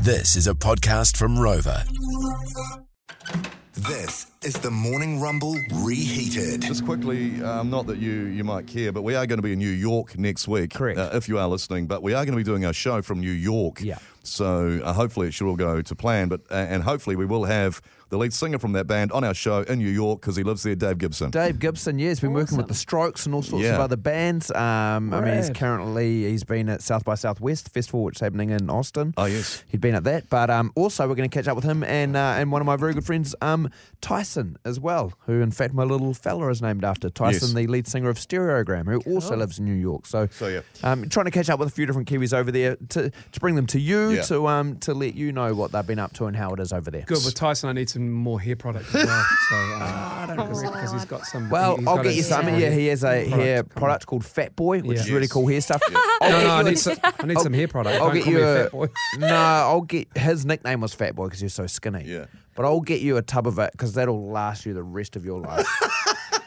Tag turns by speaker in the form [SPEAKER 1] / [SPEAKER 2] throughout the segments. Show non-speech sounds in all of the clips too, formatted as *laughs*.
[SPEAKER 1] This is a podcast from Rover.
[SPEAKER 2] This is the Morning Rumble Reheated.
[SPEAKER 3] Just quickly, um, not that you you might care, but we are going to be in New York next week.
[SPEAKER 4] Correct.
[SPEAKER 3] Uh, if you are listening, but we are going to be doing our show from New York.
[SPEAKER 4] Yeah.
[SPEAKER 3] So uh, hopefully it should all go to plan, but uh, and hopefully we will have the lead singer from that band on our show in New York because he lives there, Dave Gibson.
[SPEAKER 4] Dave Gibson, yeah, he's been working with the Strokes and all sorts
[SPEAKER 3] Yeah.
[SPEAKER 4] of other bands. Um, I mean, he's
[SPEAKER 5] Rad.
[SPEAKER 4] currently he's been at South by Southwest Festival, which is happening in Austin.
[SPEAKER 3] Oh, yes.
[SPEAKER 4] he'd been at that. But um, also we're going to catch up with him and uh, and one of my very good friends, um, Tyson as well, who in fact my little fella is named after Tyson,
[SPEAKER 3] Yes.
[SPEAKER 4] the lead singer of Stereogram, who also lives in New York. So,
[SPEAKER 3] So, yeah.
[SPEAKER 4] um, trying to catch up with a few different Kiwis over there to, to bring them to you
[SPEAKER 3] Yeah.
[SPEAKER 4] to um to let you know what they've been up to and how it is over there.
[SPEAKER 5] Good with Tyson. I need some more hair product as well. So, because he's got some.
[SPEAKER 4] Well,
[SPEAKER 5] he's
[SPEAKER 4] I'll
[SPEAKER 5] got
[SPEAKER 4] get you
[SPEAKER 5] his-
[SPEAKER 4] some. Yeah, he has a hair
[SPEAKER 5] come
[SPEAKER 4] product called Fat Boy, which
[SPEAKER 5] Yeah.
[SPEAKER 4] is really
[SPEAKER 3] Yes.
[SPEAKER 4] cool hair
[SPEAKER 5] *laughs*
[SPEAKER 4] stuff.
[SPEAKER 5] on.
[SPEAKER 4] I'll
[SPEAKER 5] No,
[SPEAKER 4] get
[SPEAKER 5] no, I
[SPEAKER 4] you
[SPEAKER 5] need
[SPEAKER 4] a- *laughs*
[SPEAKER 5] some. I need
[SPEAKER 4] I'll-
[SPEAKER 5] some hair product.
[SPEAKER 4] I'll
[SPEAKER 5] Don't
[SPEAKER 4] get
[SPEAKER 5] call
[SPEAKER 4] you
[SPEAKER 5] me a
[SPEAKER 4] a, *laughs*
[SPEAKER 5] fat boy.
[SPEAKER 4] no. I'll get his nickname was Fat Boy because he was so skinny.
[SPEAKER 3] Yeah.
[SPEAKER 4] But I'll get you a tub of it because that'll last you the rest of your
[SPEAKER 5] *laughs*
[SPEAKER 4] life.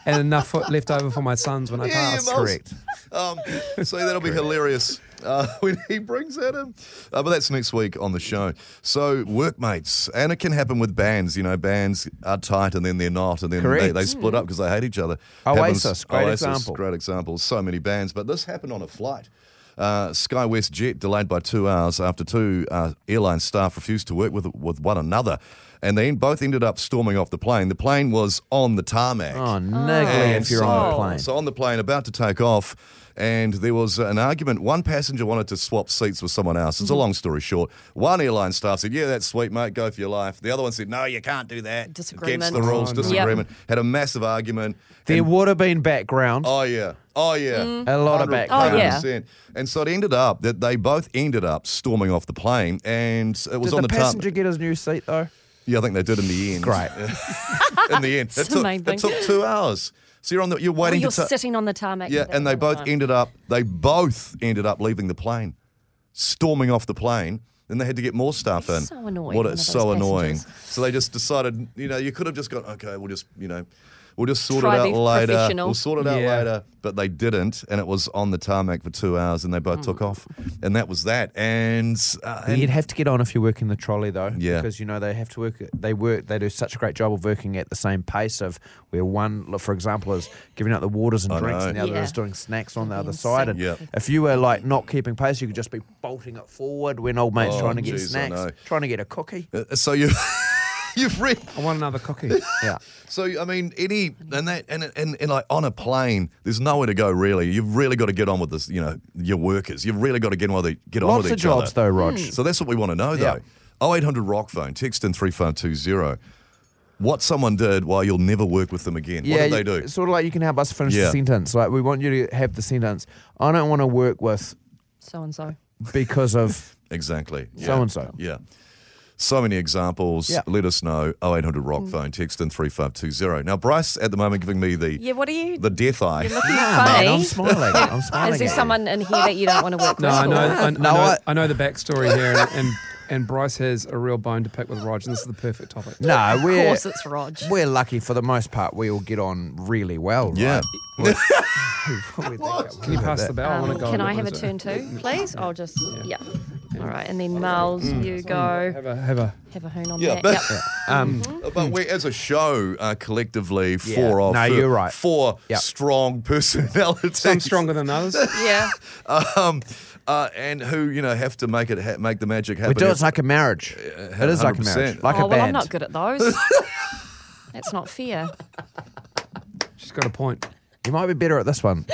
[SPEAKER 5] and enough for, left over for my sons when I
[SPEAKER 3] Yeah,
[SPEAKER 5] pass.
[SPEAKER 3] Miles. Um, so
[SPEAKER 4] *laughs*
[SPEAKER 3] that'll be hilarious uh, *laughs* when he brings that in. Uh, but that's next week on the show. So workmates, and it can happen with bands. You know, bands are tight and then they're not, and then they,
[SPEAKER 4] Correct.
[SPEAKER 3] they split up because they hate each other.
[SPEAKER 4] Oasis, great example.
[SPEAKER 3] Great example. So many bands, but this happened on a flight. Uh, SkyWest jet delayed by two hours after two uh, airline staff refused to work with with one another, and they both ended up storming off the plane. The plane was on the tarmac.
[SPEAKER 4] Oh, niggly
[SPEAKER 3] And
[SPEAKER 4] if you're on the plane.
[SPEAKER 3] So on the plane, about to take off, and there was an argument. One passenger wanted to swap seats with someone else.
[SPEAKER 4] Mm-hmm.
[SPEAKER 3] It's a long story short. One airline staff said, "Yeah, that's sweet, mate. Go for your life." The other one said, "No, you can't do that. Against
[SPEAKER 6] Disagreement.
[SPEAKER 3] the rules.
[SPEAKER 5] Oh, no.
[SPEAKER 3] disagreement." Had a massive argument.
[SPEAKER 4] there
[SPEAKER 3] and-
[SPEAKER 4] would have been background.
[SPEAKER 3] Oh yeah. Oh yeah.
[SPEAKER 4] A lot of
[SPEAKER 3] 100%.
[SPEAKER 4] background.
[SPEAKER 6] Oh, yeah.
[SPEAKER 3] And so it ended up that they both ended up storming off the plane, and it was
[SPEAKER 4] Did
[SPEAKER 3] on
[SPEAKER 4] the
[SPEAKER 3] the,
[SPEAKER 4] passenger
[SPEAKER 3] tar-
[SPEAKER 4] get his new seat though?
[SPEAKER 3] Yeah, I think they did in the end.
[SPEAKER 4] Great.
[SPEAKER 3] *laughs* in the
[SPEAKER 4] *laughs*
[SPEAKER 3] end, it
[SPEAKER 6] It's
[SPEAKER 3] took,
[SPEAKER 6] amazing.
[SPEAKER 3] it took two hours. So you're on the you're
[SPEAKER 6] Well,
[SPEAKER 3] waiting
[SPEAKER 6] Oh, you're
[SPEAKER 3] to ta-
[SPEAKER 6] sitting on the tarmac.
[SPEAKER 3] Yeah,
[SPEAKER 6] for that
[SPEAKER 3] and they
[SPEAKER 6] whole
[SPEAKER 3] both
[SPEAKER 6] time.
[SPEAKER 3] ended up they both ended up leaving the plane, storming off the plane. Then they had to get more staff in.
[SPEAKER 6] It's so annoying,
[SPEAKER 3] What
[SPEAKER 6] one of
[SPEAKER 3] it's
[SPEAKER 6] those
[SPEAKER 3] so annoying.
[SPEAKER 6] passengers.
[SPEAKER 3] So they just decided, you know, you could have just got okay, we'll just you know, we'll just sort
[SPEAKER 6] Try
[SPEAKER 3] it out
[SPEAKER 6] be
[SPEAKER 3] later.
[SPEAKER 6] professional.
[SPEAKER 3] We'll sort it out
[SPEAKER 5] Yeah.
[SPEAKER 3] later, but they didn't, and it was on the tarmac for two hours, and they both took
[SPEAKER 6] Mm.
[SPEAKER 3] off, and that was that. And, uh, and
[SPEAKER 4] You'd have to get on if you're working the trolley though,
[SPEAKER 3] Yeah.
[SPEAKER 4] Because you know they have to work. They work. They do such a great job of working at the same pace of where one, for example, is giving out the waters and
[SPEAKER 3] I
[SPEAKER 4] drinks, and
[SPEAKER 3] know.
[SPEAKER 4] the other
[SPEAKER 6] Yeah.
[SPEAKER 4] is doing snacks on the
[SPEAKER 6] Being
[SPEAKER 4] other side. And
[SPEAKER 3] Yeah.
[SPEAKER 4] if you were like not keeping pace, you could just be bolting it forward when old mate's
[SPEAKER 3] Oh,
[SPEAKER 4] trying to get
[SPEAKER 3] jeez, I know.
[SPEAKER 4] snacks, trying to get a cookie.
[SPEAKER 3] uh, so you *laughs* you've read
[SPEAKER 5] I want
[SPEAKER 4] *laughs*
[SPEAKER 5] another cookie.
[SPEAKER 4] Yeah.
[SPEAKER 3] So I mean, any and that and, and and like on a plane, there's nowhere to go really. You've really got to get on with this, you know, your workers. You've really got to get on with it, get on
[SPEAKER 4] Lots
[SPEAKER 3] with
[SPEAKER 4] of
[SPEAKER 3] each
[SPEAKER 4] jobs
[SPEAKER 3] other.
[SPEAKER 4] though, Rog.
[SPEAKER 6] Hmm.
[SPEAKER 3] So that's what we want to know
[SPEAKER 4] Yeah.
[SPEAKER 3] though. 0800 rock phone, text in three five two zero. What someone did, why you'll never work with them again. what did they
[SPEAKER 4] you-
[SPEAKER 3] do?
[SPEAKER 4] Sort of like you can help us finish
[SPEAKER 3] Yeah.
[SPEAKER 4] the sentence. Like we want you to have the sentence. I don't want to work with
[SPEAKER 6] So and so.
[SPEAKER 4] because
[SPEAKER 6] *laughs*
[SPEAKER 4] of
[SPEAKER 3] Exactly. Yeah.
[SPEAKER 4] so and so.
[SPEAKER 3] Yeah. So many examples.
[SPEAKER 4] Yeah.
[SPEAKER 3] Let us know. 0800 rock
[SPEAKER 6] Mm.
[SPEAKER 3] phone, text in three five two zero. Now Bryce at the moment giving me the
[SPEAKER 6] Yeah, what are you?
[SPEAKER 3] the death eye.
[SPEAKER 6] looking
[SPEAKER 4] Man, I'm
[SPEAKER 6] funny.
[SPEAKER 4] smiling.
[SPEAKER 6] *laughs*
[SPEAKER 4] I'm smiling.
[SPEAKER 6] Is there
[SPEAKER 4] at you.
[SPEAKER 6] someone in here that you don't want to work
[SPEAKER 5] No,
[SPEAKER 6] with?
[SPEAKER 5] I know, I, I
[SPEAKER 4] No,
[SPEAKER 5] know,
[SPEAKER 4] I-
[SPEAKER 5] I, know the backstory here, and, and and Bryce has a real bone to pick with Rog, and this is the perfect topic.
[SPEAKER 4] No,
[SPEAKER 6] Of
[SPEAKER 4] we're
[SPEAKER 6] course, it's Rog.
[SPEAKER 4] *laughs* we're lucky for the most part. We all get on really well. Right?
[SPEAKER 3] *laughs* yeah.
[SPEAKER 4] *laughs*
[SPEAKER 5] Can you pass the bell? I want to
[SPEAKER 6] Um,
[SPEAKER 5] go.
[SPEAKER 6] can
[SPEAKER 5] and
[SPEAKER 6] I
[SPEAKER 5] get
[SPEAKER 6] have a
[SPEAKER 5] one of
[SPEAKER 6] turn
[SPEAKER 5] those-
[SPEAKER 6] too, please? I'll just yeah. All right, and then Miles, you
[SPEAKER 5] Have
[SPEAKER 6] go.
[SPEAKER 5] a have a.
[SPEAKER 6] Have a hoon on
[SPEAKER 3] Yeah,
[SPEAKER 6] that.
[SPEAKER 3] but-
[SPEAKER 6] Yep.
[SPEAKER 4] Um,
[SPEAKER 3] But we, as a show, uh, collectively,
[SPEAKER 4] Yeah.
[SPEAKER 3] four of
[SPEAKER 4] No,
[SPEAKER 3] four-
[SPEAKER 4] you're right.
[SPEAKER 3] four
[SPEAKER 4] Yep.
[SPEAKER 3] strong *laughs* personalities.
[SPEAKER 5] Some stronger than others.
[SPEAKER 6] Yeah.
[SPEAKER 3] um, uh, and who you know have to make it ha- make the magic
[SPEAKER 4] we
[SPEAKER 3] happen.
[SPEAKER 4] do it like a marriage. it is like a
[SPEAKER 3] 100%.
[SPEAKER 4] marriage, like
[SPEAKER 6] oh
[SPEAKER 4] a
[SPEAKER 6] well, I'm
[SPEAKER 4] band.
[SPEAKER 6] not good at those. That's not fair.
[SPEAKER 5] She's got a point.
[SPEAKER 4] You might be better at this
[SPEAKER 6] *laughs*
[SPEAKER 4] one.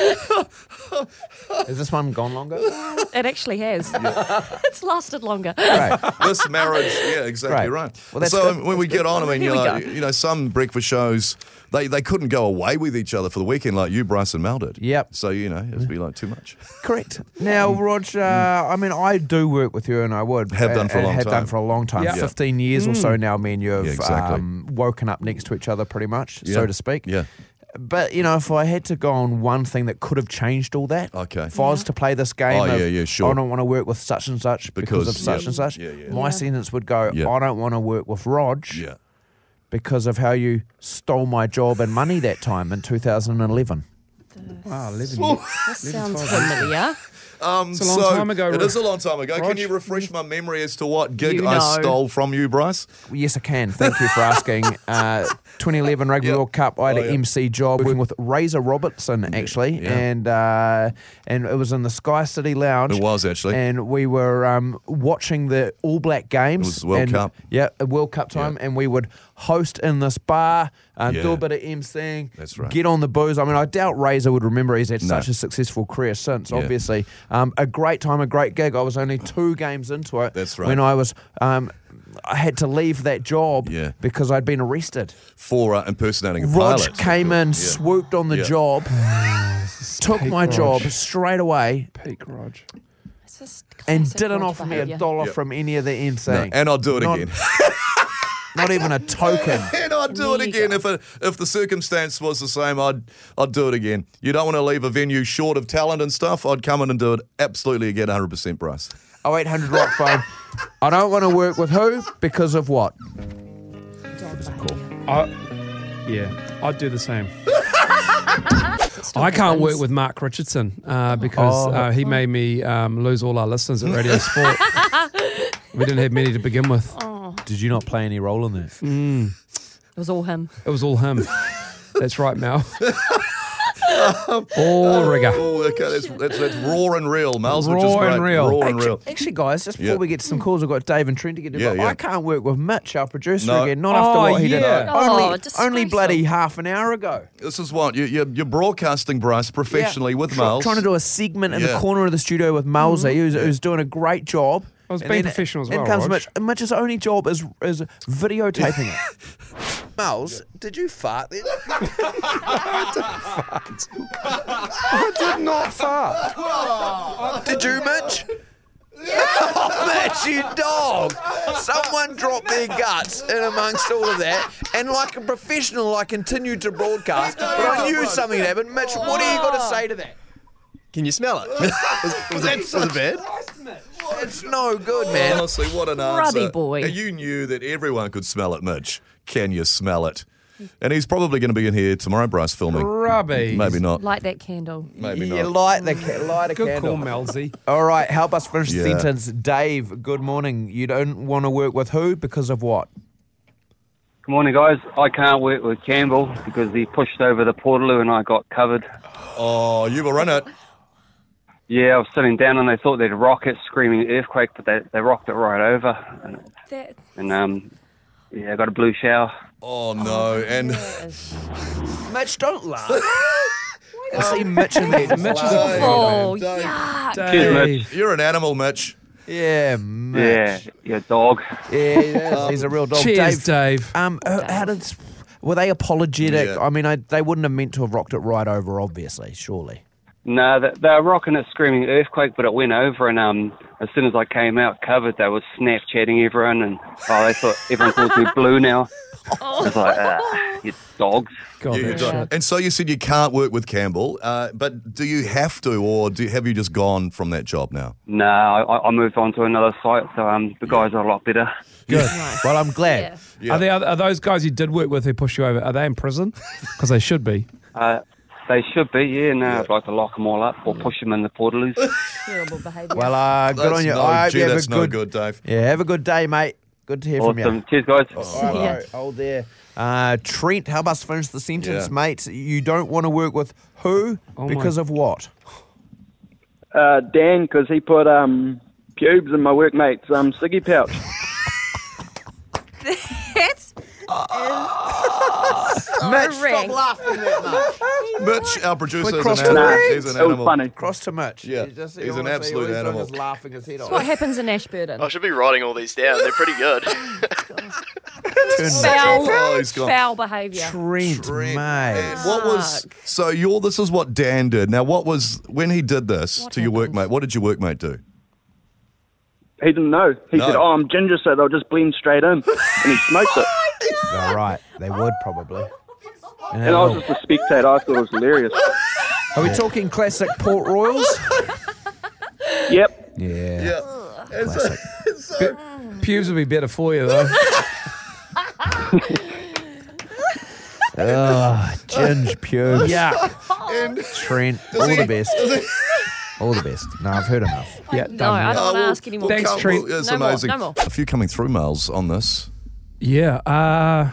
[SPEAKER 4] Is this one gone longer?
[SPEAKER 6] It actually has. *laughs* it's lasted longer.
[SPEAKER 4] Great.
[SPEAKER 3] this marriage, yeah, exactly
[SPEAKER 4] Great.
[SPEAKER 3] right.
[SPEAKER 4] Well, that's
[SPEAKER 3] so um,
[SPEAKER 4] good.
[SPEAKER 3] when we get on, I mean, you
[SPEAKER 6] Here we
[SPEAKER 3] know,
[SPEAKER 6] go.
[SPEAKER 3] you know, some breakfast shows they, they couldn't go away with each other for the weekend like you, Bryce, and Mel did.
[SPEAKER 4] Yep.
[SPEAKER 3] So you know, it'd be like too
[SPEAKER 4] *laughs*
[SPEAKER 3] much.
[SPEAKER 4] Correct. Now, Roger, I mean, I do work with you, and I would
[SPEAKER 3] Mm. Have done
[SPEAKER 4] and-
[SPEAKER 3] for a
[SPEAKER 4] and
[SPEAKER 3] long
[SPEAKER 4] have
[SPEAKER 3] time.
[SPEAKER 4] done for a long time,
[SPEAKER 5] Yeah.
[SPEAKER 4] fifteen years
[SPEAKER 6] Mm.
[SPEAKER 4] or so now. Me and you have
[SPEAKER 3] Yeah, exactly.
[SPEAKER 4] um, woken up next to each other, pretty much,
[SPEAKER 3] Yeah.
[SPEAKER 4] so to speak.
[SPEAKER 3] Yeah.
[SPEAKER 4] But you know, if I had to go on one thing that could have changed all that,
[SPEAKER 3] Okay.
[SPEAKER 4] if I was to play this game,
[SPEAKER 3] Oh,
[SPEAKER 4] of,
[SPEAKER 3] yeah, yeah, sure.
[SPEAKER 4] I don't want to work with such and such because,
[SPEAKER 3] Because-
[SPEAKER 4] of such
[SPEAKER 3] yeah.
[SPEAKER 4] and such.
[SPEAKER 3] Yeah, yeah.
[SPEAKER 4] My
[SPEAKER 6] Yeah.
[SPEAKER 4] sentence would go,
[SPEAKER 3] Yeah.
[SPEAKER 4] I don't want to work with Rog
[SPEAKER 3] Yeah.
[SPEAKER 4] because of how you stole my job and money that time in 2011.
[SPEAKER 5] Wow, eleven.
[SPEAKER 6] This sounds familiar.
[SPEAKER 3] Um,
[SPEAKER 5] a long
[SPEAKER 3] so
[SPEAKER 5] time ago,
[SPEAKER 3] It
[SPEAKER 5] Rog.
[SPEAKER 3] is a long time ago. Can
[SPEAKER 5] Rog.
[SPEAKER 3] you refresh my memory as to what gig
[SPEAKER 6] You
[SPEAKER 3] I
[SPEAKER 6] know.
[SPEAKER 3] stole from you, Bryce?
[SPEAKER 4] Yes, I can. Thank you
[SPEAKER 3] *laughs*
[SPEAKER 4] for asking. Uh, 2011 Rugby
[SPEAKER 3] Yep.
[SPEAKER 4] World Cup. I had
[SPEAKER 3] Oh,
[SPEAKER 4] an
[SPEAKER 3] yeah.
[SPEAKER 4] MC job working with Razor Robertson actually,
[SPEAKER 3] yeah.
[SPEAKER 4] and uh, and it was in the Sky City Lounge.
[SPEAKER 3] It was, actually.
[SPEAKER 4] and we were um, watching the All Black games.
[SPEAKER 3] was World
[SPEAKER 4] and-
[SPEAKER 3] Cup.
[SPEAKER 4] Yeah, uh, World Cup time, and we would host in this bar, uh, do
[SPEAKER 3] Yeah.
[SPEAKER 4] a bit of emceeing.
[SPEAKER 3] That's right.
[SPEAKER 4] Get on the booze. I mean, I doubt Razor would remember. He's had
[SPEAKER 3] No.
[SPEAKER 4] such a successful career since,
[SPEAKER 3] Yeah.
[SPEAKER 4] obviously. Um, a great time, a great gig. I was only two games into it.
[SPEAKER 3] That's right.
[SPEAKER 4] When I was. Um, I had to leave that job
[SPEAKER 3] Yeah.
[SPEAKER 4] because I'd been arrested.
[SPEAKER 3] For uh, impersonating a
[SPEAKER 4] Rog
[SPEAKER 3] pilot.
[SPEAKER 4] came in, swooped on the
[SPEAKER 3] Yeah. *laughs*
[SPEAKER 4] job, took
[SPEAKER 5] Peak
[SPEAKER 4] my
[SPEAKER 5] Rog.
[SPEAKER 4] job straight away,
[SPEAKER 5] Peak Rog.
[SPEAKER 6] It's just
[SPEAKER 4] and
[SPEAKER 6] classic
[SPEAKER 4] didn't
[SPEAKER 6] Rog
[SPEAKER 4] offer me
[SPEAKER 6] behaviour.
[SPEAKER 4] a dollar
[SPEAKER 3] Yep.
[SPEAKER 4] from any of the
[SPEAKER 3] No,
[SPEAKER 4] MC.
[SPEAKER 3] and I'll do it
[SPEAKER 4] Not-
[SPEAKER 5] *laughs*
[SPEAKER 3] again.
[SPEAKER 4] Not even a token.
[SPEAKER 3] *laughs* and I'd do it
[SPEAKER 6] There you
[SPEAKER 3] again
[SPEAKER 6] go.
[SPEAKER 3] if it, if the circumstance was the same. I'd I'd do it again. You don't want to leave a venue short of talent and stuff. I'd come in and do it absolutely again, hundred percent, Bryce.
[SPEAKER 4] 0800 Oh, Rock Phone. I don't want to work with who because of what?
[SPEAKER 5] I, yeah, I'd do the same. I can't work with Mark Richardson uh, because
[SPEAKER 4] Oh.
[SPEAKER 5] uh, he made me um, lose all our listeners at Radio Sport. we didn't have many to begin with.
[SPEAKER 4] Did you not play any role in
[SPEAKER 3] Mm,
[SPEAKER 4] that?
[SPEAKER 6] It was all him.
[SPEAKER 5] It was all him. That's right, Mal. all rigor.
[SPEAKER 3] Oh, okay, that's, that's, that's raw and real, Miles, which is
[SPEAKER 5] Raw
[SPEAKER 3] great.
[SPEAKER 5] and real.
[SPEAKER 3] Raw and
[SPEAKER 4] Actually,
[SPEAKER 3] real.
[SPEAKER 4] actually, guys, just before
[SPEAKER 3] Yeah.
[SPEAKER 4] we get to some calls, we've got Dave and Trent to get to.
[SPEAKER 3] Yeah,
[SPEAKER 4] but
[SPEAKER 3] yeah.
[SPEAKER 4] I can't work with Mitch, our producer,
[SPEAKER 3] No.
[SPEAKER 4] again. Not after
[SPEAKER 5] Oh,
[SPEAKER 4] what he did.
[SPEAKER 5] yeah.
[SPEAKER 6] Oh,
[SPEAKER 4] only, only
[SPEAKER 6] disgraceful.
[SPEAKER 4] bloody half an hour ago.
[SPEAKER 3] This is what you, you're, you're broadcasting, Bryce, professionally
[SPEAKER 4] Yeah.
[SPEAKER 3] with
[SPEAKER 4] Try-
[SPEAKER 3] Miles.
[SPEAKER 4] Trying to do a segment in
[SPEAKER 3] Yeah. Mm-hmm.
[SPEAKER 4] the corner of the studio with Malsey, who's, who's doing a great job.
[SPEAKER 5] I was
[SPEAKER 4] And
[SPEAKER 5] being
[SPEAKER 4] then
[SPEAKER 5] professional as
[SPEAKER 4] in
[SPEAKER 5] well,
[SPEAKER 4] comes
[SPEAKER 5] Rog.
[SPEAKER 4] Mitch. And Mitch's only job is is videotaping
[SPEAKER 3] *laughs*
[SPEAKER 4] it. Miles, did you fart then?
[SPEAKER 5] Did not fart.
[SPEAKER 4] Did you,
[SPEAKER 5] *laughs*
[SPEAKER 4] Mitch? Oh, Mitch, you dog! Someone dropped their guts in amongst all of that, and like a professional, I continued to broadcast. But I knew something had happened. Mitch, what do you got
[SPEAKER 5] Ah.
[SPEAKER 4] to say to that?
[SPEAKER 7] Can you smell it? *laughs* was, was, it, was it bad?
[SPEAKER 4] It's no good, man.
[SPEAKER 3] Honestly, what an
[SPEAKER 6] Grubby
[SPEAKER 3] answer.
[SPEAKER 6] boy.
[SPEAKER 3] And you knew that everyone could smell it, Mitch. Can you smell it? And he's probably going to be in here tomorrow, Bryce, filming.
[SPEAKER 5] Rubbies.
[SPEAKER 3] Maybe not.
[SPEAKER 6] Light that candle.
[SPEAKER 3] Maybe
[SPEAKER 4] You
[SPEAKER 3] not.
[SPEAKER 4] light the ca- light a
[SPEAKER 5] Good
[SPEAKER 4] candle.
[SPEAKER 5] call, Malsey.
[SPEAKER 4] All right, help us finish the
[SPEAKER 3] Yeah.
[SPEAKER 4] sentence. Dave, good morning. You don't want to work with who because of what?
[SPEAKER 8] Good morning, guys. I can't work with Campbell because he pushed over the portaloo and I got covered.
[SPEAKER 3] oh, you were in it.
[SPEAKER 8] Yeah, I was sitting down and they thought they'd rock it, screaming earthquake, but they, they rocked it right over. And,
[SPEAKER 6] That
[SPEAKER 8] and um, yeah, I got a blue shower.
[SPEAKER 3] Oh, no. and. *laughs*
[SPEAKER 6] is
[SPEAKER 4] Mitch, don't *laughs* laugh. I see Mitch in there.
[SPEAKER 5] *laughs* Mitch is
[SPEAKER 3] Dave,
[SPEAKER 5] a
[SPEAKER 6] Oh,
[SPEAKER 3] Dave,
[SPEAKER 6] yuck.
[SPEAKER 5] Dave.
[SPEAKER 3] You're an animal, Mitch.
[SPEAKER 4] Yeah,
[SPEAKER 8] Yeah,
[SPEAKER 4] Mitch.
[SPEAKER 8] yeah, dog.
[SPEAKER 4] Yeah, he is. he's a real dog.
[SPEAKER 5] Cheers, Dave.
[SPEAKER 4] Oh, Dave. Um, uh, how did? Were they apologetic?
[SPEAKER 3] Yeah.
[SPEAKER 4] I mean, I, they wouldn't have meant to have rocked it right over, obviously, surely.
[SPEAKER 8] No, they, they were rocking it, screaming earthquake, but it went over. And um, as soon as I came out covered, they were Snapchatting everyone, and oh, they thought everyone calls me blue now. I was like, ah, you dogs.
[SPEAKER 4] Oh,
[SPEAKER 5] God,
[SPEAKER 3] You- you
[SPEAKER 5] that
[SPEAKER 3] don't-
[SPEAKER 5] shit.
[SPEAKER 3] And so you said you can't work with Campbell, uh, but do you have to, or do, have you just gone from that job now?
[SPEAKER 8] No, I, I moved on to another site, so um, the guys are a lot better.
[SPEAKER 4] Good. well, I'm glad.
[SPEAKER 6] Yeah.
[SPEAKER 5] Are, they, are those guys you did work with who pushed you over? Are they in prison? Because they should be.
[SPEAKER 8] Uh, they should be, yeah. No, I'd like to lock them all up or push them in the
[SPEAKER 3] *laughs*
[SPEAKER 8] portaloos.
[SPEAKER 6] Terrible behaviour.
[SPEAKER 4] Well, uh, good
[SPEAKER 3] That's
[SPEAKER 4] on you.
[SPEAKER 3] No,
[SPEAKER 4] I hope
[SPEAKER 3] gee,
[SPEAKER 4] you have
[SPEAKER 3] that's
[SPEAKER 4] a
[SPEAKER 3] no
[SPEAKER 4] good,
[SPEAKER 3] good, Dave.
[SPEAKER 4] Yeah, have a good day, mate. Good to hear from you.
[SPEAKER 8] awesome. Cheers, guys.
[SPEAKER 4] All
[SPEAKER 6] Yeah.
[SPEAKER 4] right, Oh, there. Uh, Trent, help us finish the sentence,
[SPEAKER 3] Yeah.
[SPEAKER 4] mate. You don't want to work with who
[SPEAKER 5] Oh,
[SPEAKER 4] because
[SPEAKER 5] my-
[SPEAKER 4] of what?
[SPEAKER 9] uh, Dan because he put um, pubes in my workmate's um, ciggy
[SPEAKER 3] *laughs*
[SPEAKER 9] pouch.
[SPEAKER 6] That's
[SPEAKER 4] Mitch,
[SPEAKER 6] rank.
[SPEAKER 4] laughing that much.
[SPEAKER 3] Mitch, our producer,
[SPEAKER 4] We
[SPEAKER 3] is
[SPEAKER 4] crossed
[SPEAKER 3] an animal.
[SPEAKER 9] the lines.
[SPEAKER 3] He's an
[SPEAKER 9] It was
[SPEAKER 3] animal.
[SPEAKER 9] funny.
[SPEAKER 4] Cross to Mitch.
[SPEAKER 3] Yeah,
[SPEAKER 4] You just-
[SPEAKER 3] he's an
[SPEAKER 4] honestly, all
[SPEAKER 3] absolute
[SPEAKER 4] he's doing
[SPEAKER 3] animal.
[SPEAKER 4] is laughing his head off.
[SPEAKER 6] what happens in Ashburton.
[SPEAKER 7] I should be writing all these down. They're pretty good.
[SPEAKER 6] Foul,
[SPEAKER 3] Oh, he's gone.
[SPEAKER 6] foul behaviour.
[SPEAKER 4] Trent,
[SPEAKER 3] Trent.
[SPEAKER 4] mate.
[SPEAKER 3] What was so? Your this is what Dan did. Now, what was when he did this
[SPEAKER 6] What
[SPEAKER 3] to your
[SPEAKER 6] happened?
[SPEAKER 3] workmate? What did your workmate do?
[SPEAKER 9] He didn't know. He
[SPEAKER 3] No.
[SPEAKER 9] said, "Oh, I'm ginger, so they'll just blend straight
[SPEAKER 3] *laughs*
[SPEAKER 9] in," and he smoked it.
[SPEAKER 4] All right, they would probably.
[SPEAKER 9] And I was just a spectator. I thought it was hilarious.
[SPEAKER 4] Are we talking classic Port Royals?
[SPEAKER 9] Yep.
[SPEAKER 4] *laughs* Yeah.
[SPEAKER 3] Classic.
[SPEAKER 5] Pubes would be better for you, though.
[SPEAKER 4] Oh, Ginge Pubes.
[SPEAKER 5] yeah.
[SPEAKER 3] Uh,
[SPEAKER 4] Trent, all the best. All the best. No, I've
[SPEAKER 3] *laughs*
[SPEAKER 4] heard enough.
[SPEAKER 5] Yeah,
[SPEAKER 6] no,
[SPEAKER 5] done.
[SPEAKER 6] I
[SPEAKER 5] yeah.
[SPEAKER 6] don't want to
[SPEAKER 3] we'll-
[SPEAKER 6] ask anymore.
[SPEAKER 3] we'll
[SPEAKER 5] Thanks,
[SPEAKER 3] come-
[SPEAKER 5] Trent.
[SPEAKER 3] we'll- it's
[SPEAKER 6] No more,
[SPEAKER 3] amazing.
[SPEAKER 6] no more.
[SPEAKER 3] A few coming through mails on this.
[SPEAKER 5] Yeah. Uh,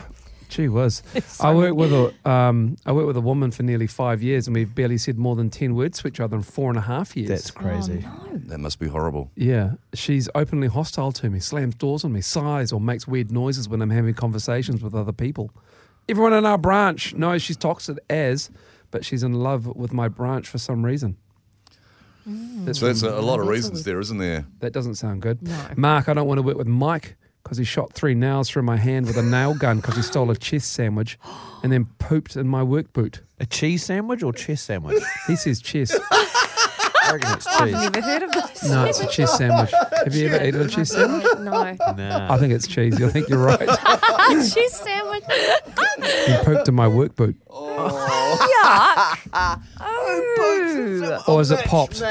[SPEAKER 5] gee whiz. I worked with a um, I worked with a woman for nearly five years, and we've barely said more than ten words to each other in four and a half years.
[SPEAKER 4] That's crazy.
[SPEAKER 3] That must be horrible.
[SPEAKER 5] yeah. She's openly hostile to me, slams doors on me, sighs, or makes weird noises when I'm having conversations with other people. Everyone in our branch knows she's toxic as, but she's in love with my branch for some reason. That's
[SPEAKER 3] So Mm, that's a, a lot of
[SPEAKER 6] That's
[SPEAKER 3] reasons
[SPEAKER 6] always-
[SPEAKER 3] there, isn't *laughs* there?
[SPEAKER 5] That doesn't sound good. Mark, I don't want to work with Mike because he shot three nails through my hand with a nail gun because he stole a chess sandwich and then pooped in my work boot.
[SPEAKER 4] A cheese sandwich or chess sandwich?
[SPEAKER 5] He says chess.
[SPEAKER 4] I reckon
[SPEAKER 3] *laughs*
[SPEAKER 4] it's cheese.
[SPEAKER 6] Never heard of this. *laughs*
[SPEAKER 5] No, it's a chess sandwich. Have you ever eaten a cheese sandwich?
[SPEAKER 6] No.
[SPEAKER 5] I think it's cheesy. I think you're right.
[SPEAKER 6] Cheese sandwich.
[SPEAKER 5] He pooped in my work boot.
[SPEAKER 6] Yuck. Oh.
[SPEAKER 5] Or is it popped?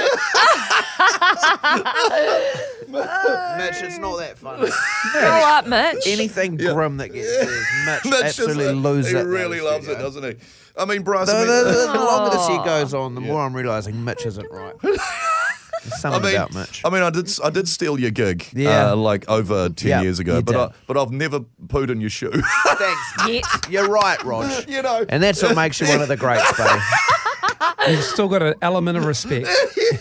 [SPEAKER 10] Mitch, it's not that funny.
[SPEAKER 6] Grow up,
[SPEAKER 4] *laughs*
[SPEAKER 6] Mitch.
[SPEAKER 4] Anything grim that gets there,
[SPEAKER 3] *laughs* Mitch
[SPEAKER 4] Mitch,
[SPEAKER 3] just-
[SPEAKER 4] absolutely loses
[SPEAKER 3] He
[SPEAKER 4] it.
[SPEAKER 3] really loves it, doesn't he? I mean, Bryce. I
[SPEAKER 4] The,
[SPEAKER 3] mean,
[SPEAKER 4] the, the longer this year goes on, the more I'm realising
[SPEAKER 3] *laughs*
[SPEAKER 4] Mitch isn't right. There's
[SPEAKER 3] I
[SPEAKER 4] something
[SPEAKER 3] mean,
[SPEAKER 4] about Mitch.
[SPEAKER 3] I mean, I did, I did steal your gig,
[SPEAKER 4] Yeah.
[SPEAKER 3] uh, like over ten
[SPEAKER 4] Yeah,
[SPEAKER 3] years ago,
[SPEAKER 4] you
[SPEAKER 3] but
[SPEAKER 4] did.
[SPEAKER 3] I, but I've never pooed in your shoe. *laughs*
[SPEAKER 4] Thanks.
[SPEAKER 6] Yet.
[SPEAKER 4] You're right, Rog.
[SPEAKER 3] you know,
[SPEAKER 4] And that's what makes you one of the greats, buddy.
[SPEAKER 5] You've still got an element of respect.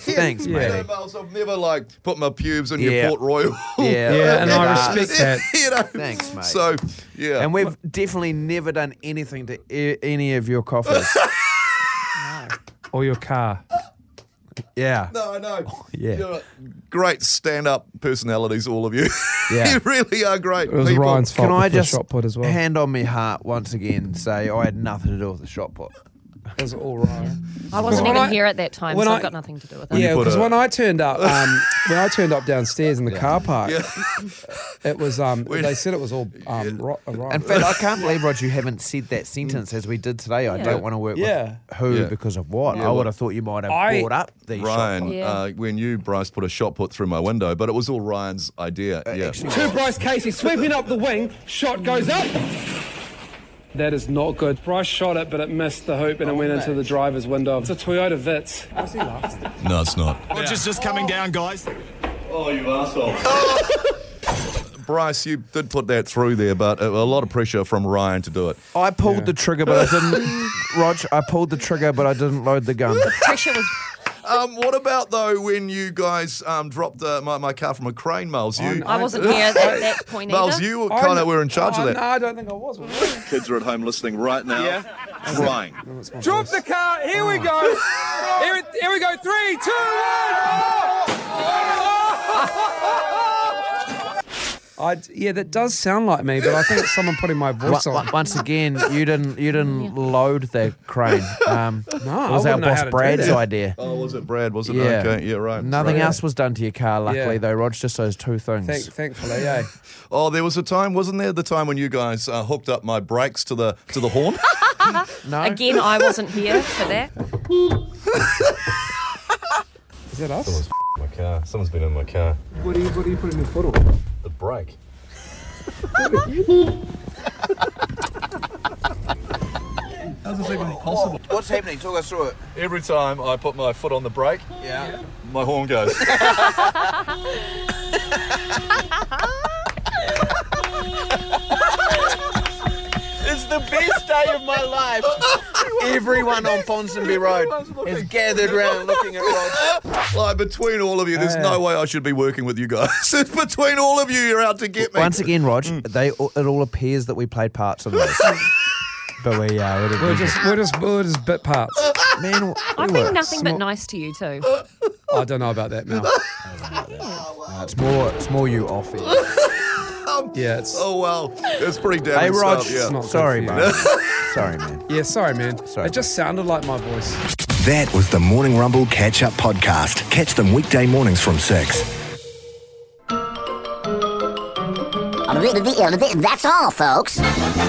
[SPEAKER 4] Thanks,
[SPEAKER 3] Yeah,
[SPEAKER 4] mate.
[SPEAKER 3] Miles, I've never like put my pubes in your
[SPEAKER 4] Yeah.
[SPEAKER 3] Port Royal.
[SPEAKER 4] *laughs*
[SPEAKER 3] *laughs*
[SPEAKER 4] Yeah.
[SPEAKER 5] Yeah, and I
[SPEAKER 4] Yeah.
[SPEAKER 5] respect uh, that.
[SPEAKER 3] you know?
[SPEAKER 4] Thanks, mate.
[SPEAKER 3] So yeah,
[SPEAKER 4] And we've definitely never done anything to e- any of your
[SPEAKER 5] *laughs*
[SPEAKER 4] coffers.
[SPEAKER 5] Or your car.
[SPEAKER 4] yeah.
[SPEAKER 3] no, no,
[SPEAKER 4] Oh, Yeah.
[SPEAKER 3] You're great stand-up personalities, all of you. *laughs*
[SPEAKER 4] Yeah.
[SPEAKER 3] you really are great.
[SPEAKER 5] It was
[SPEAKER 3] people.
[SPEAKER 5] Ryan's fault.
[SPEAKER 4] Can I
[SPEAKER 5] with the
[SPEAKER 4] just
[SPEAKER 5] shot put as well?
[SPEAKER 4] hand on me heart once again? Say I had nothing to do with the shot put.
[SPEAKER 5] It was all Ryan.
[SPEAKER 6] I wasn't
[SPEAKER 5] When
[SPEAKER 6] even
[SPEAKER 5] I-
[SPEAKER 6] here at that time,
[SPEAKER 5] when
[SPEAKER 6] so
[SPEAKER 5] I-
[SPEAKER 6] I've got nothing to do with it.
[SPEAKER 5] yeah,
[SPEAKER 3] put
[SPEAKER 5] because
[SPEAKER 3] a-
[SPEAKER 5] when I turned up, um, when I turned up downstairs in the car park, it was. *laughs* Um, they said it was all um, ro- uh, right.
[SPEAKER 4] In fact, I can't believe, Rod, you haven't said that sentence as we did today. I don't want to work
[SPEAKER 5] Yeah.
[SPEAKER 4] with who
[SPEAKER 3] Yeah.
[SPEAKER 4] because of what. I would have thought you might have
[SPEAKER 5] I-
[SPEAKER 4] brought up the shot
[SPEAKER 3] Ryan,
[SPEAKER 4] put.
[SPEAKER 6] Yeah.
[SPEAKER 3] uh, when you Bryce put a shot put through my window, but it was all Ryan's idea.
[SPEAKER 2] Uh,
[SPEAKER 3] yeah,
[SPEAKER 5] to Bryce Casey, sweeping up the wing, shot goes up. That is not good. Bryce shot it, but it missed the hoop and it went into the driver's window. It's a Toyota Vitz.
[SPEAKER 3] no, it's not.
[SPEAKER 2] Just, just coming down, guys.
[SPEAKER 3] Oh, *laughs* Bryce, you did put that through there, but uh, a, a lot of pressure from Ryan to do it.
[SPEAKER 4] I pulled the trigger, but I
[SPEAKER 5] *laughs*
[SPEAKER 4] didn't. Rog, I pulled the trigger, but I didn't load the gun.
[SPEAKER 6] Pressure was.
[SPEAKER 3] Um, what about though when you guys um, dropped uh, my, my car from a crane, Miles? You,
[SPEAKER 6] I wasn't here at that point
[SPEAKER 3] Miles,
[SPEAKER 6] either.
[SPEAKER 3] you kind of were in charge of that.
[SPEAKER 5] No, Oh, I don't think I was.
[SPEAKER 4] *laughs*
[SPEAKER 3] Kids are at home listening right now, crying.
[SPEAKER 5] Drop the car. Here we
[SPEAKER 4] *laughs*
[SPEAKER 5] go. Here, here we go. Three, two, *laughs* one. I, yeah, that does sound like me, but I think it's someone putting my voice
[SPEAKER 4] Wa-
[SPEAKER 5] on.
[SPEAKER 4] wa- Once again, you didn't you didn't load the crane. Um, no, it
[SPEAKER 5] *laughs* I
[SPEAKER 4] was our
[SPEAKER 5] wouldn't know how
[SPEAKER 4] boss
[SPEAKER 5] to do
[SPEAKER 4] Brad's
[SPEAKER 5] that.
[SPEAKER 4] idea.
[SPEAKER 3] Oh, was it Brad? Was it?
[SPEAKER 4] Yeah.
[SPEAKER 3] Okay, yeah, right.
[SPEAKER 4] Nothing
[SPEAKER 3] right.
[SPEAKER 4] else was done to your car, luckily
[SPEAKER 5] Yeah.
[SPEAKER 4] though, Rog. Just those two things.
[SPEAKER 5] Thank, thankfully, eh? yeah.
[SPEAKER 3] Oh, there was a time, wasn't there? The time when you guys uh, hooked up my brakes to the to the horn.
[SPEAKER 4] No,
[SPEAKER 6] Again, I wasn't here for that.
[SPEAKER 5] Is that us?
[SPEAKER 11] *laughs* My car. Someone's been in my car.
[SPEAKER 5] What are you, what are you putting your foot on?
[SPEAKER 11] The brake.
[SPEAKER 4] what's happening? Talk us through it.
[SPEAKER 3] Every time I put my foot on the brake,
[SPEAKER 4] Yeah.
[SPEAKER 3] my horn
[SPEAKER 11] *laughs*
[SPEAKER 3] goes. *laughs*
[SPEAKER 4] It's the best day of my
[SPEAKER 5] *laughs*
[SPEAKER 4] life. Everyone on Ponsonby Road is gathered
[SPEAKER 5] *laughs*
[SPEAKER 4] round looking at Rog.
[SPEAKER 3] like between all of you, there's no way I should be working with you guys. *laughs* between all of you, you're out to get me.
[SPEAKER 4] Once again, Rog,
[SPEAKER 5] Mm.
[SPEAKER 4] they all- it all appears that we played parts of
[SPEAKER 5] *laughs*
[SPEAKER 4] this. But we uh, we
[SPEAKER 5] We're
[SPEAKER 4] didn't.
[SPEAKER 5] just, we're just, we're just bit parts. *laughs*
[SPEAKER 4] Man, we
[SPEAKER 6] I've
[SPEAKER 4] were-
[SPEAKER 6] been nothing but nice to you too.
[SPEAKER 5] I don't know about that, *laughs* Mel.
[SPEAKER 4] It's more, it's more you off it.
[SPEAKER 5] Yeah, it's.
[SPEAKER 3] Oh well, it's pretty damn.
[SPEAKER 4] Hey, Rog.
[SPEAKER 5] It's not good *laughs*
[SPEAKER 4] Sorry,
[SPEAKER 5] for you.
[SPEAKER 4] man. Sorry, man.
[SPEAKER 5] Yeah, sorry, man.
[SPEAKER 4] Sorry.
[SPEAKER 5] It just sounded like my voice.
[SPEAKER 2] That was the Morning Rumble Catch Up Podcast. Catch them weekday mornings from 6.
[SPEAKER 11] That's all, folks.